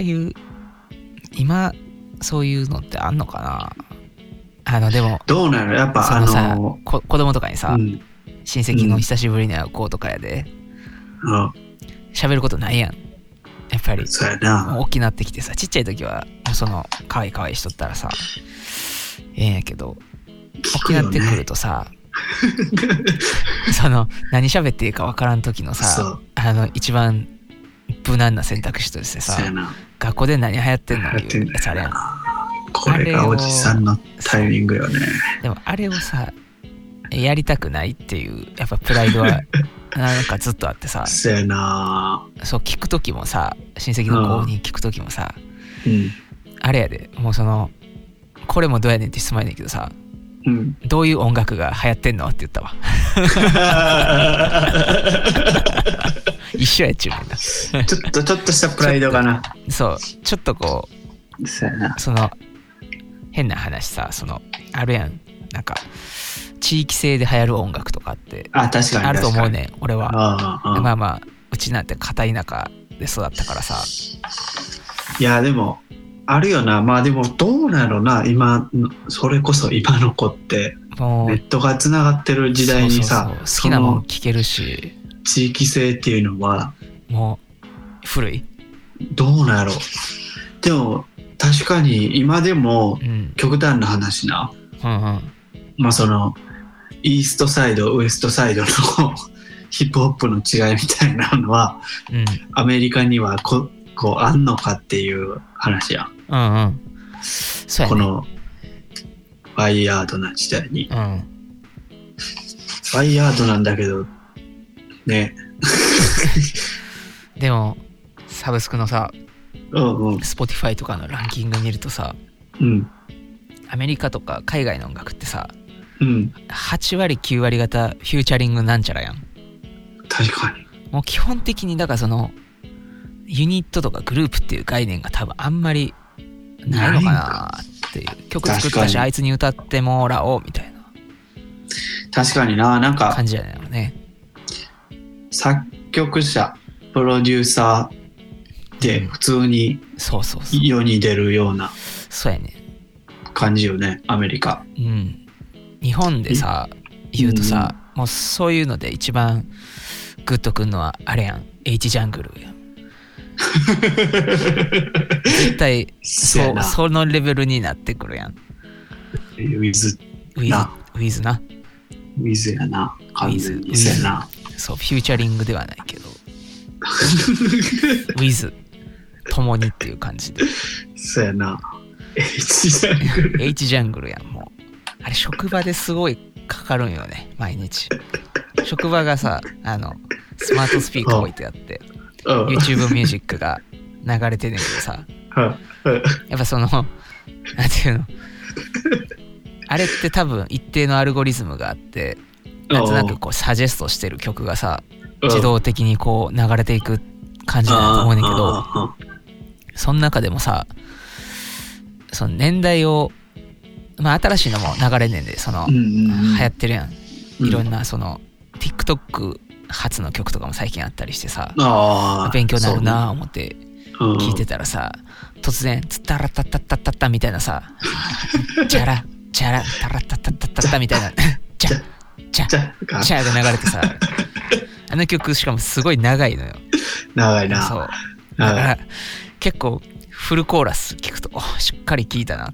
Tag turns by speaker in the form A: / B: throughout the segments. A: いう今そういうのってあんのかなあのでも
B: どうなのやっぱ
A: そ
B: あ
A: のさ
B: の
A: こ子供とかにさ、
B: うん
A: 親戚の久しぶりに会う子とかやで
B: あ
A: 喋ることないやんやっぱり
B: そうや
A: もう
B: な
A: 大きくなってきてさちっちゃい時はもうその可愛い可愛いしとったらさええんやけど大
B: 聞
A: き
B: く
A: くな
B: よ
A: ってくる
B: ね
A: とさ その何喋っていいか分からん時の
B: そ
A: さ
B: う
A: あの一番無難な選択肢としてさ
B: そうやな
A: 学校で何流行ってんの
B: やって
A: い
B: ん
A: うやつあれやん
B: これがおじさんのタイミングよね
A: でもあれをさやりたくないっていうやっぱプライドはなんかずっとあってさ
B: そうやな
A: そう聞く時もさ親戚の子に聞く時もさ
B: うん
A: あれやでもうそのこれもどうやねんって質問やねんけどさ
B: うん
A: どういう音楽が流行ってんのって言った わ一緒やっちゅうねんな
B: ちょっとちょっとしたプライドかな
A: そう ちょっとこ
B: そうやな
A: うその変な話さそのあるやんなんか地域性で流行る音楽とかって
B: あ確かに
A: あると思う
B: 確かに
A: ねん俺は
B: ああああ
A: まあまあうちなんて片田舎で育ったからさ
B: いやでもあるよなまあでもどうなのな今のそれこそ今の子って
A: も
B: ネ
A: う
B: ットがつながってる時代にさ
A: そうそうそう好
B: そ
A: きなもん
B: の
A: 聞けるし
B: 地域性っていうのは
A: もう古い
B: どうなんやろでも確かに今でも
A: うん
B: 極端な話な
A: うんうん
B: まあそのイーストサイドウエストサイドの ヒップホップの違いみたいなのは
A: うん
B: アメリカにはここうあんのかっていう話や
A: うんうんそうや
B: こ
A: ね
B: のワイヤードな時代に
A: うん
B: ワイヤードなんだけどね
A: でもサブスクのさ
B: うんうん
A: Spotify とかのランキング見るとさ
B: うん
A: アメリカとか海外の音楽ってさ
B: うん
A: 8割9割型フューチャリングなんちゃらやん
B: 確かに
A: もう基本的にだからそのユニットとかグループっていう概念が多分あんまりないのかなっていう曲作った
B: 確か
A: し
B: に
A: あいつに歌ってもらおうみたいな
B: 確かにななんか
A: 感じじゃないのね
B: 作曲者プロデューサーって普通に
A: そうそうそう
B: 世に出るような
A: そうやね
B: 感じよねアメリカ
A: うん日本でさ言うとさ、もうそういうので一番グッとくんのはあれやん H ジャングル やん絶対
B: うや
A: そう
B: な
A: そのレベルになってくるやん
B: ウィズ
A: ウィズ
B: な
A: ウィズな
B: ウィズやな完全
A: ウィ
B: に
A: ズ
B: そうやな
A: そうフューチャリングではないけど with 共にっていう感じで
B: そうや な H ジャングル
A: H ジャングルやんもうあれ職場ですごいかかるんよね毎日職場がさあのスマートスピーカー置いてあって
B: うん
A: YouTube ミュージックが流れてんねんけどさ
B: うんうん
A: やっぱそのなんていうのあれって多分一定のアルゴリズムがあってなんとなくこうサジェストしてる曲がさ自動的にこう流れていく感じだと思うねんだけど
B: あー
A: その中でもさその年代をまあ新しいのも流れんねんでその
B: うんうんうん
A: 流行ってるやん
B: うん
A: いろんなその TikTok 発の曲とかも最近あったりしてさ
B: あー
A: 勉強になるなあ思って
B: そうね
A: 聞いてたらさ突然「つったらたったったったった」みたい なさ「チャラチャラたらたったったったった」みた いな「チャ
B: じ
A: チャ
B: ゃあ
A: チャ」が流れて さあの曲しかもすごい長いのよ
B: 長いな
A: そうだか
B: 長い
A: ら結構フルコーラス聞くとおしっかり聞いたなっ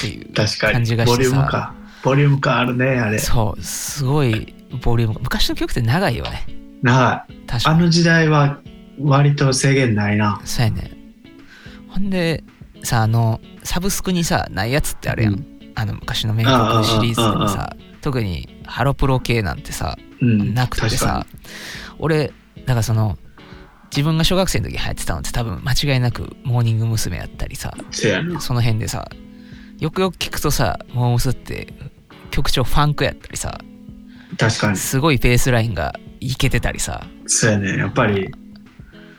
A: ていう
B: 確か
A: 感
B: に
A: じがして
B: ボリ
A: さ
B: ュームかボリューム感あるねあれ
A: そうすごいボリュームが昔の曲って長いよね
B: 長い
A: 確
B: あ
A: かに
B: の時代は割と制限ないな
A: そうやねほんでさあのサブスクにさないやつってあるやん、
B: う
A: あの昔の名曲シリーズでもさ特にハロプロ系なんてさ
B: うん
A: なくて
B: 確かに
A: さ俺だからその自分が小学生の時流行ってたのって多分間違いなくモーニング娘。やったりさ
B: せやな。
A: その辺でさよくよく聞くとさモームスって曲調ファンクやったりさ
B: 確かに。
A: すごいベースラインがいけてたりさ
B: そうやね。やっぱり、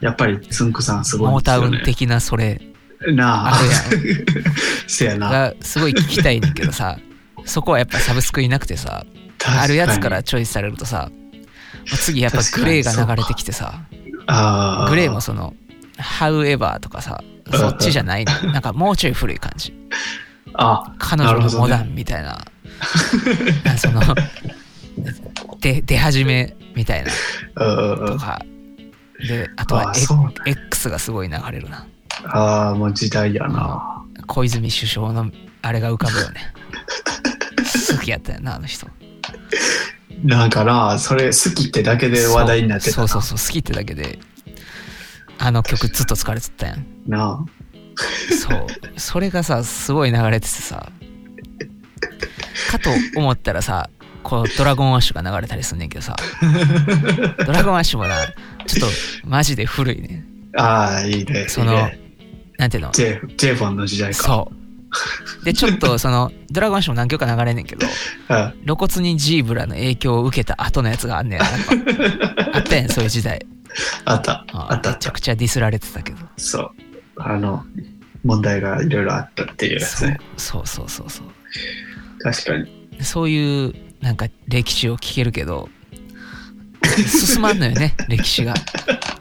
B: やっぱり、つんくさんすごい
A: モ
B: ん
A: ー
B: です
A: タ
B: よ
A: ウ
B: ね
A: ン的なそれ
B: なあ
A: あ。る
B: せやな。
A: がすごい聞きたいんだけどさそこはやっぱサブスクいなくてさ
B: 確かに
A: あるやつから。チョイスされるとさ次やっぱグレーが流れてきてさ
B: ああ。
A: グレーも。その「However」とかさそっちじゃないなんかもうちょい古い感じ
B: あ、
A: 彼女のモダンみたいなその出出始めみたいな
B: うんうんう
A: と
B: ん。
A: かであとは
B: あ
A: エ
B: そうなんだ
A: X がすごい流れるな
B: ああ、もう時代やな。
A: 小泉首相のあれが浮かぶよね好きやったよなあの人
B: なんかな、それ好きってだけで話題になってた
A: そう
B: な。
A: そうそうそう好きってだけであの曲ずっと疲れてたやん
B: な
A: そうそれがさすごい流れててさかと思ったらさこうドラゴンアッシュが流れたりすんねんけどさドラゴンアッシュもなちょっとマジで古いね
B: ああー、いいね。
A: その
B: いいね
A: なんていうの
B: J, J フォンの時代か。
A: そうでちょっとそのドラゴンアッシュも何曲か流れんねんけど
B: うん
A: 露骨にジーブラの影響を受けた後のやつがあんねんやっぱあったやんそういう時代
B: あった。
A: うん
B: あったあ
A: め
B: っ
A: ちゃ
B: た。
A: くちゃディスられてたけど
B: そう。あの、問題がいろいろあったっていうやつ
A: そう
B: ね。
A: そうそうそうそう
B: 確かに。
A: そういうなんか歴史を聞けるけど進まんのよ ね歴史が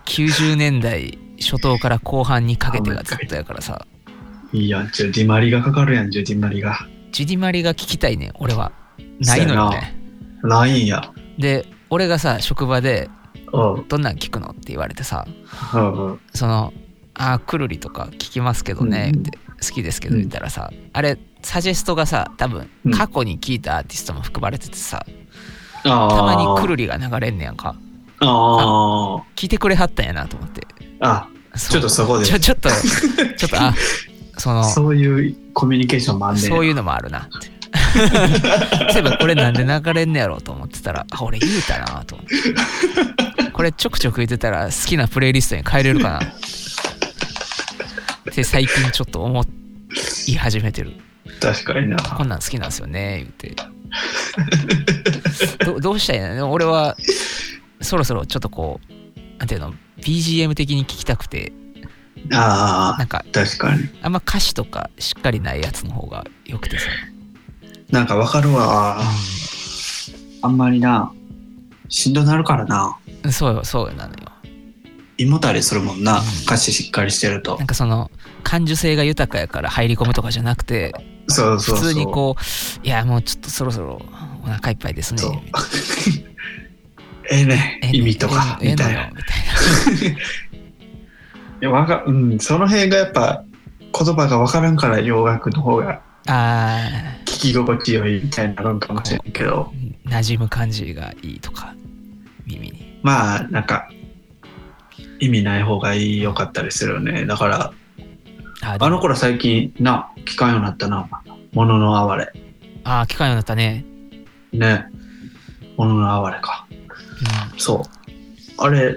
A: 90年代初頭から後半にかけてがずっとやからさ
B: いいやん、ちょ、ディマリがかかるやん、ちょ、ディマリが。
A: ジュディマリが聞きたいね俺はないのよね
B: ないんや。
A: で俺がさ職場で
B: うん。うん
A: 「どんなん聞くの?」って言われてさ
B: うん。
A: 「そのあーくるりとか聞きますけどね」
B: うん
A: って好きですけど
B: うん
A: 言ったらさ、あれサジェストがさ多分
B: うん
A: 過去に聞いたアーティストも含まれててさ、
B: あ
A: たまにく
B: る。
A: るりが流れんねやんか
B: あー
A: 聞いてくれはったんやなと思って
B: あ。ちょっとそこで
A: ちょちょっ とちょっとあその
B: あ、
A: そ
B: そういうコミュニケーションもあん
A: う
B: ねん。
A: いうのもあるなって そういえばこれなんで流れんねやろうと思ってたらあ俺言うたなと思ってこれちょくちょく言ってたら好きなプレイリストに変えれるかなって最近ちょっと思い始めてる
B: 確かにな。
A: こんなん好きなんですよね 言ってどどうしたらいいのでも俺はそろそろちょっとこうなんていうの BGM 的に聞きたくて
B: あ
A: な
B: あ
A: ん、か
B: 確かに。
A: あんま歌詞とかしっかりないやつの方が良くてさ。
B: なんかわかるわ。あんまりな、しんどなるからな。
A: そうよ、そうなのよ。
B: 胃もたれするもんな
A: うん、
B: 歌詞しっかりしてると
A: なん。かその、感受性が豊かやから入り込むとかじゃなくて、
B: そう
A: 普
B: そうそう。
A: 通にこう、いや、もうちょっとそろそろお腹いっぱいですね
B: そう。
A: みたいな
B: ええね、 意味とか、
A: え
B: み
A: えの
B: たい
A: ええの
B: な
A: よ。みたいな。
B: いやわかうん、その辺がやっぱ、言葉がわからんから洋楽の方が
A: あ
B: 聞き心地よいみたいになるんかもしれんけど、
A: ー、馴染む感じがいいとか、耳に。
B: まあ、なんか、意味ない方がいいよかったりするよね。だから、
A: あ
B: あの頃最近な、聞かんようになったな、もののあわれ。
A: ああ、機械になったね。
B: ね。もののあわれか。
A: うん。
B: そう。あれ、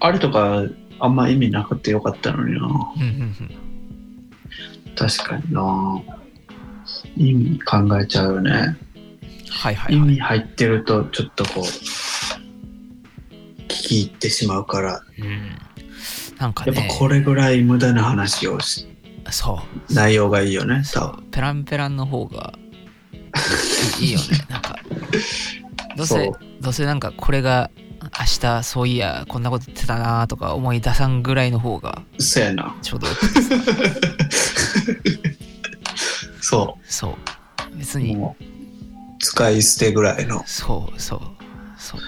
B: あれとか、あんま意味なくてよかったのにな。
A: うんうんうん、
B: 確かにな。意味考えちゃうよね。
A: はいはい
B: 意
A: はい。
B: 味入ってると、ちょっとこう、聞き入ってしまうから、
A: うん、なんか
B: やっぱ
A: ね、
B: これぐらい無駄な話をし、
A: そう。
B: 内容がいいよね、
A: そ
B: 多
A: うペランペランの方がいいよねなんかどう
B: そ
A: せ
B: う
A: どうせなんかこれが明日そういやこんなこと言ってたなとか思い出さんぐらいの方が
B: 分。そうやな。
A: ちょうどよく
B: そう。
A: そう別に
B: もう使い捨てぐらいの
A: そうそうそう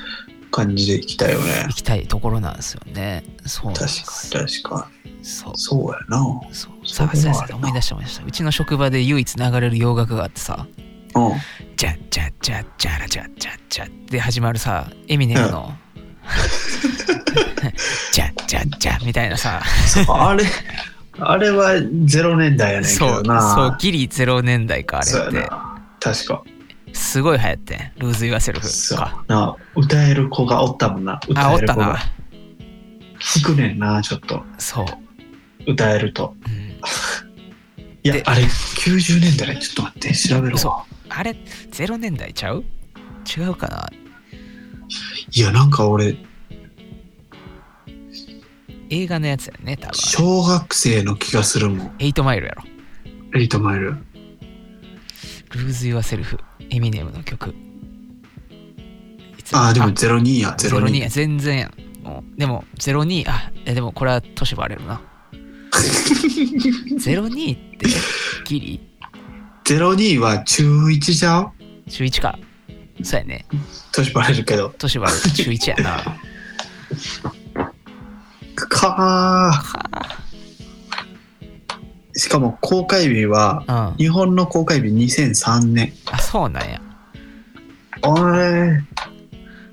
B: 感じでいきたいよね
A: 行。きたいところなんですよねそう
B: 確かに確か
A: そう
B: に。そうやな。
A: そう
B: そ
A: さ
B: う
A: あさ
B: そ
A: あ
B: う
A: さあ思い出してましたうちの職場で唯一流れる洋楽があってさ
B: うん。
A: 「ジャッジャッジャッジャラジャッジャッジャッ」で始まるさエミネム の「ジャッジャッジャ」みたいなさ
B: そうあれ、あれは0年代やねんけ
A: そ
B: ど
A: う
B: な。
A: そうギリ0年代か
B: そう
A: あれっ
B: やな。確か。
A: てすごい流行ってん「ルーズ・イワセルフ
B: そ」う
A: か
B: な歌える子がおったもんな。
A: あ
B: 歌え
A: おっ
B: る
A: た
B: 子が
A: な。
B: 聞くねんな、ちょっと。
A: そう、
B: 歌えると。
A: うん、
B: いや
A: で、
B: あれ、90年代。ちょっと待って、調べろ
A: そ
B: わ。
A: あれ0年代ちゃう違うかない
B: や、なんか俺、
A: 映画のやつやね多分
B: 小学生の気がするもん。
A: エイトマイルやろ
B: エイトマイル。
A: 「ルーズ・イワセルフ」エミネムの曲いつ
B: ああ、でも02や、
A: ゼロ
B: 02。
A: や全然やんもうでも02あえでもこれは年バレるな02ってギリ
B: 02は中1じゃん
A: 中1かそうやね
B: 年バレるけど。
A: 年は中1やな
B: か
A: か
B: ーしかも公開日は、
A: あうん
B: 日本の公開日2003年。
A: あそうなんや
B: おい。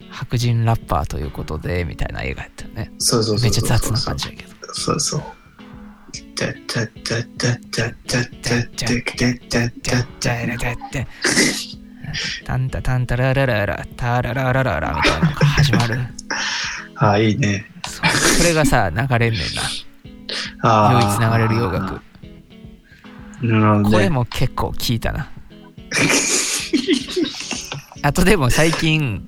A: 白人ラッパーということでみたいな映画やったよね
B: そうそうそうそう。
A: めっちゃ雑な感じやけど
B: そうそう。だだだだだだだだだ
A: じ
B: だ
A: ゃじゃらじゃってタンタタンタララララタラララララみたいなのが始まる
B: ああ、いいね。
A: そうそれがさ流れんねんな唯
B: あ
A: 一
B: あ。
A: 流れる洋楽。
B: なるほど
A: これ
B: ね。
A: も結構聞いたな あとでも最近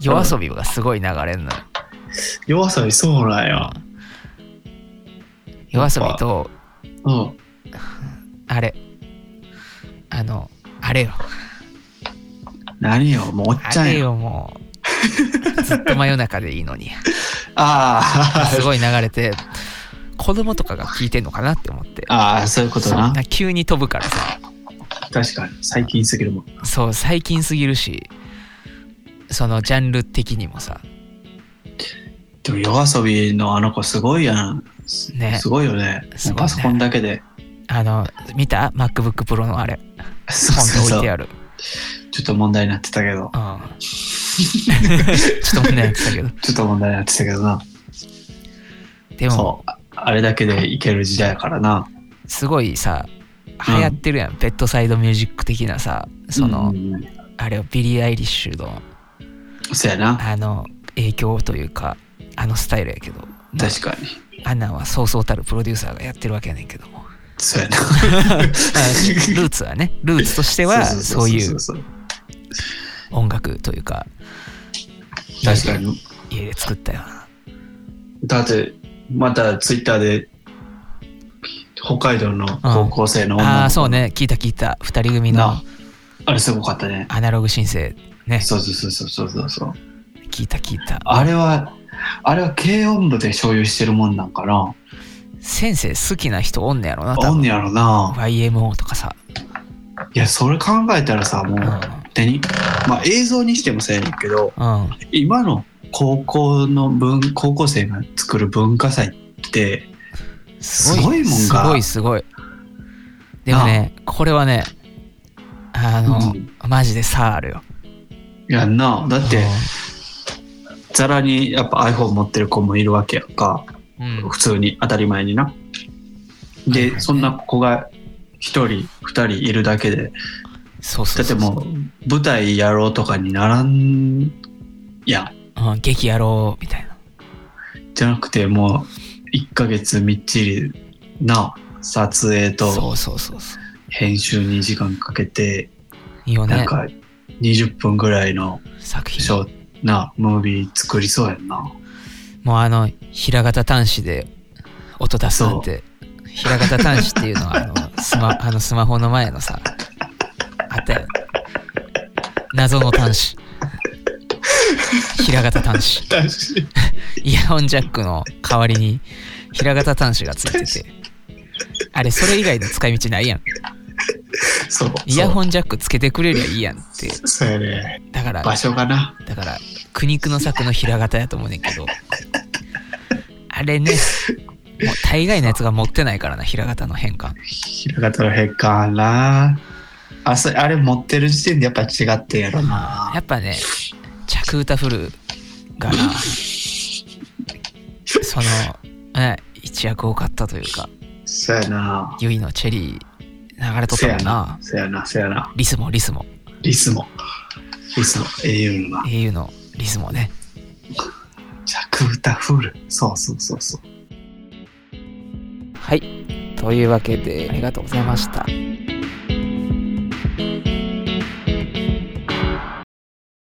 A: 夜遊びがすごい流れんのよ
B: 夜遊びそうなんや。
A: 夜遊びと
B: うん。
A: あれあのあれよ
B: 何よ、もうおっちゃ
A: あ
B: ん
A: れ
B: や。
A: よもうずっと真夜中でいいのに
B: あ
A: すごい流れて子供とかが聞いてんのかなって思って
B: あ。 ああ、そういうこと
A: そう
B: な
A: な。急に飛ぶからさ
B: 確かに。最近すぎるもん。
A: そう最近すぎるしそのジャンル的にもさ
B: でも夜遊びのあの子すごいやん。す
A: ね
B: すごいよね。
A: すごいね
B: パソコンだけで。
A: あの見た ?MacBookPro のあれ
B: そう
A: 本
B: そうそ
A: で置い
B: う
A: てある
B: ちょっと問題になってたけど。
A: うん ちょっと問題になってたけど
B: ちょっと問題になってたけどな。
A: でも
B: そう。ああれだけでいける時代やからな。
A: すごいさ流行ってるやん、ベッドサイドミュージック的なさその、
B: うんうん
A: あれをビリー・アイリッシュの
B: そうやな。
A: あの影響というかあのスタイルやけど
B: 確かに。
A: アンナはそうそうたるプロデューサーがやってるわけやねんけども ま
B: そうやな。
A: あルーツはねルーツとしてはそういう
B: そう。
A: 音楽というか
B: 確かに。
A: 家で作ったような
B: だって、またツイッターで、北海道の高校生の女の子、
A: ああーそう。ね聞いた聞いた2人組の
B: なあれすごかったね。
A: アナログ申請ね
B: そうそうそうそうそうそう。
A: 聞いた聞いた
B: あれは、あれは軽音部で所有してるもんなんかな。
A: 先生好きな人おんねやろな
B: おんねやろな。
A: YMO とかさ、
B: いや、それ考えたらさ、も
A: うん
B: う、手に、まあ映像にしてもせえねんけど、
A: うん、
B: 今の高校の文、高校生が作る文化祭って、
A: す
B: すごいもんが
A: すごいすごいでもねこれはねあの、
B: うん
A: マジで差あるよ
B: やんな。だって、
A: う
B: ざらにやっぱ iPhone 持ってる子もいるわけやんか。
A: ん
B: 普通に当たり前にな。
A: はいはい
B: で、そんな子が一人、二人いるだけで、
A: そうそ
B: だ
A: う
B: って
A: そう
B: もう舞台やろうとかにならんやん。
A: うん、劇やろうみたいな
B: じゃなくてもう1ヶ月みっちりな撮影
A: そ
B: と
A: うそうそうそう
B: 編集に時間かけて、
A: いいよ
B: なん
A: ね
B: か20分ぐらいの
A: 作
B: シ
A: 品
B: ョーなムービー作りそうやんな。
A: もうあの平型端子で音出すなんて平型端子っていうのはあ のスマあのスマホの前のさあったよ謎 の端子平型端子
B: 確かに。
A: イヤホンジャックの代わりに平型端子がついててあれそれ以外の使い道ないやん
B: そう。
A: イヤ
B: ン
A: ホンジャックつけてくれりゃいいやんって
B: そうやね。
A: だから
B: 場所かな。
A: だから苦肉の策の平型やと思うねんけどあれねもう大概のやつが持ってないからな平型の変換
B: 平方の変かな。あそあれ持ってる時点でやっぱ違ってんやろな。
A: やっぱね着歌フルがなその、ね、一役多かったというか
B: そうやな。
A: ゆいのチェリー流れとったもんな
B: そうやな、そうやな。
A: リスもリスも
B: リスも。リスも、au のな。
A: 英雄のリスもね
B: 着歌フル。そうそうそうそう。
A: はいというわけでありがとうございました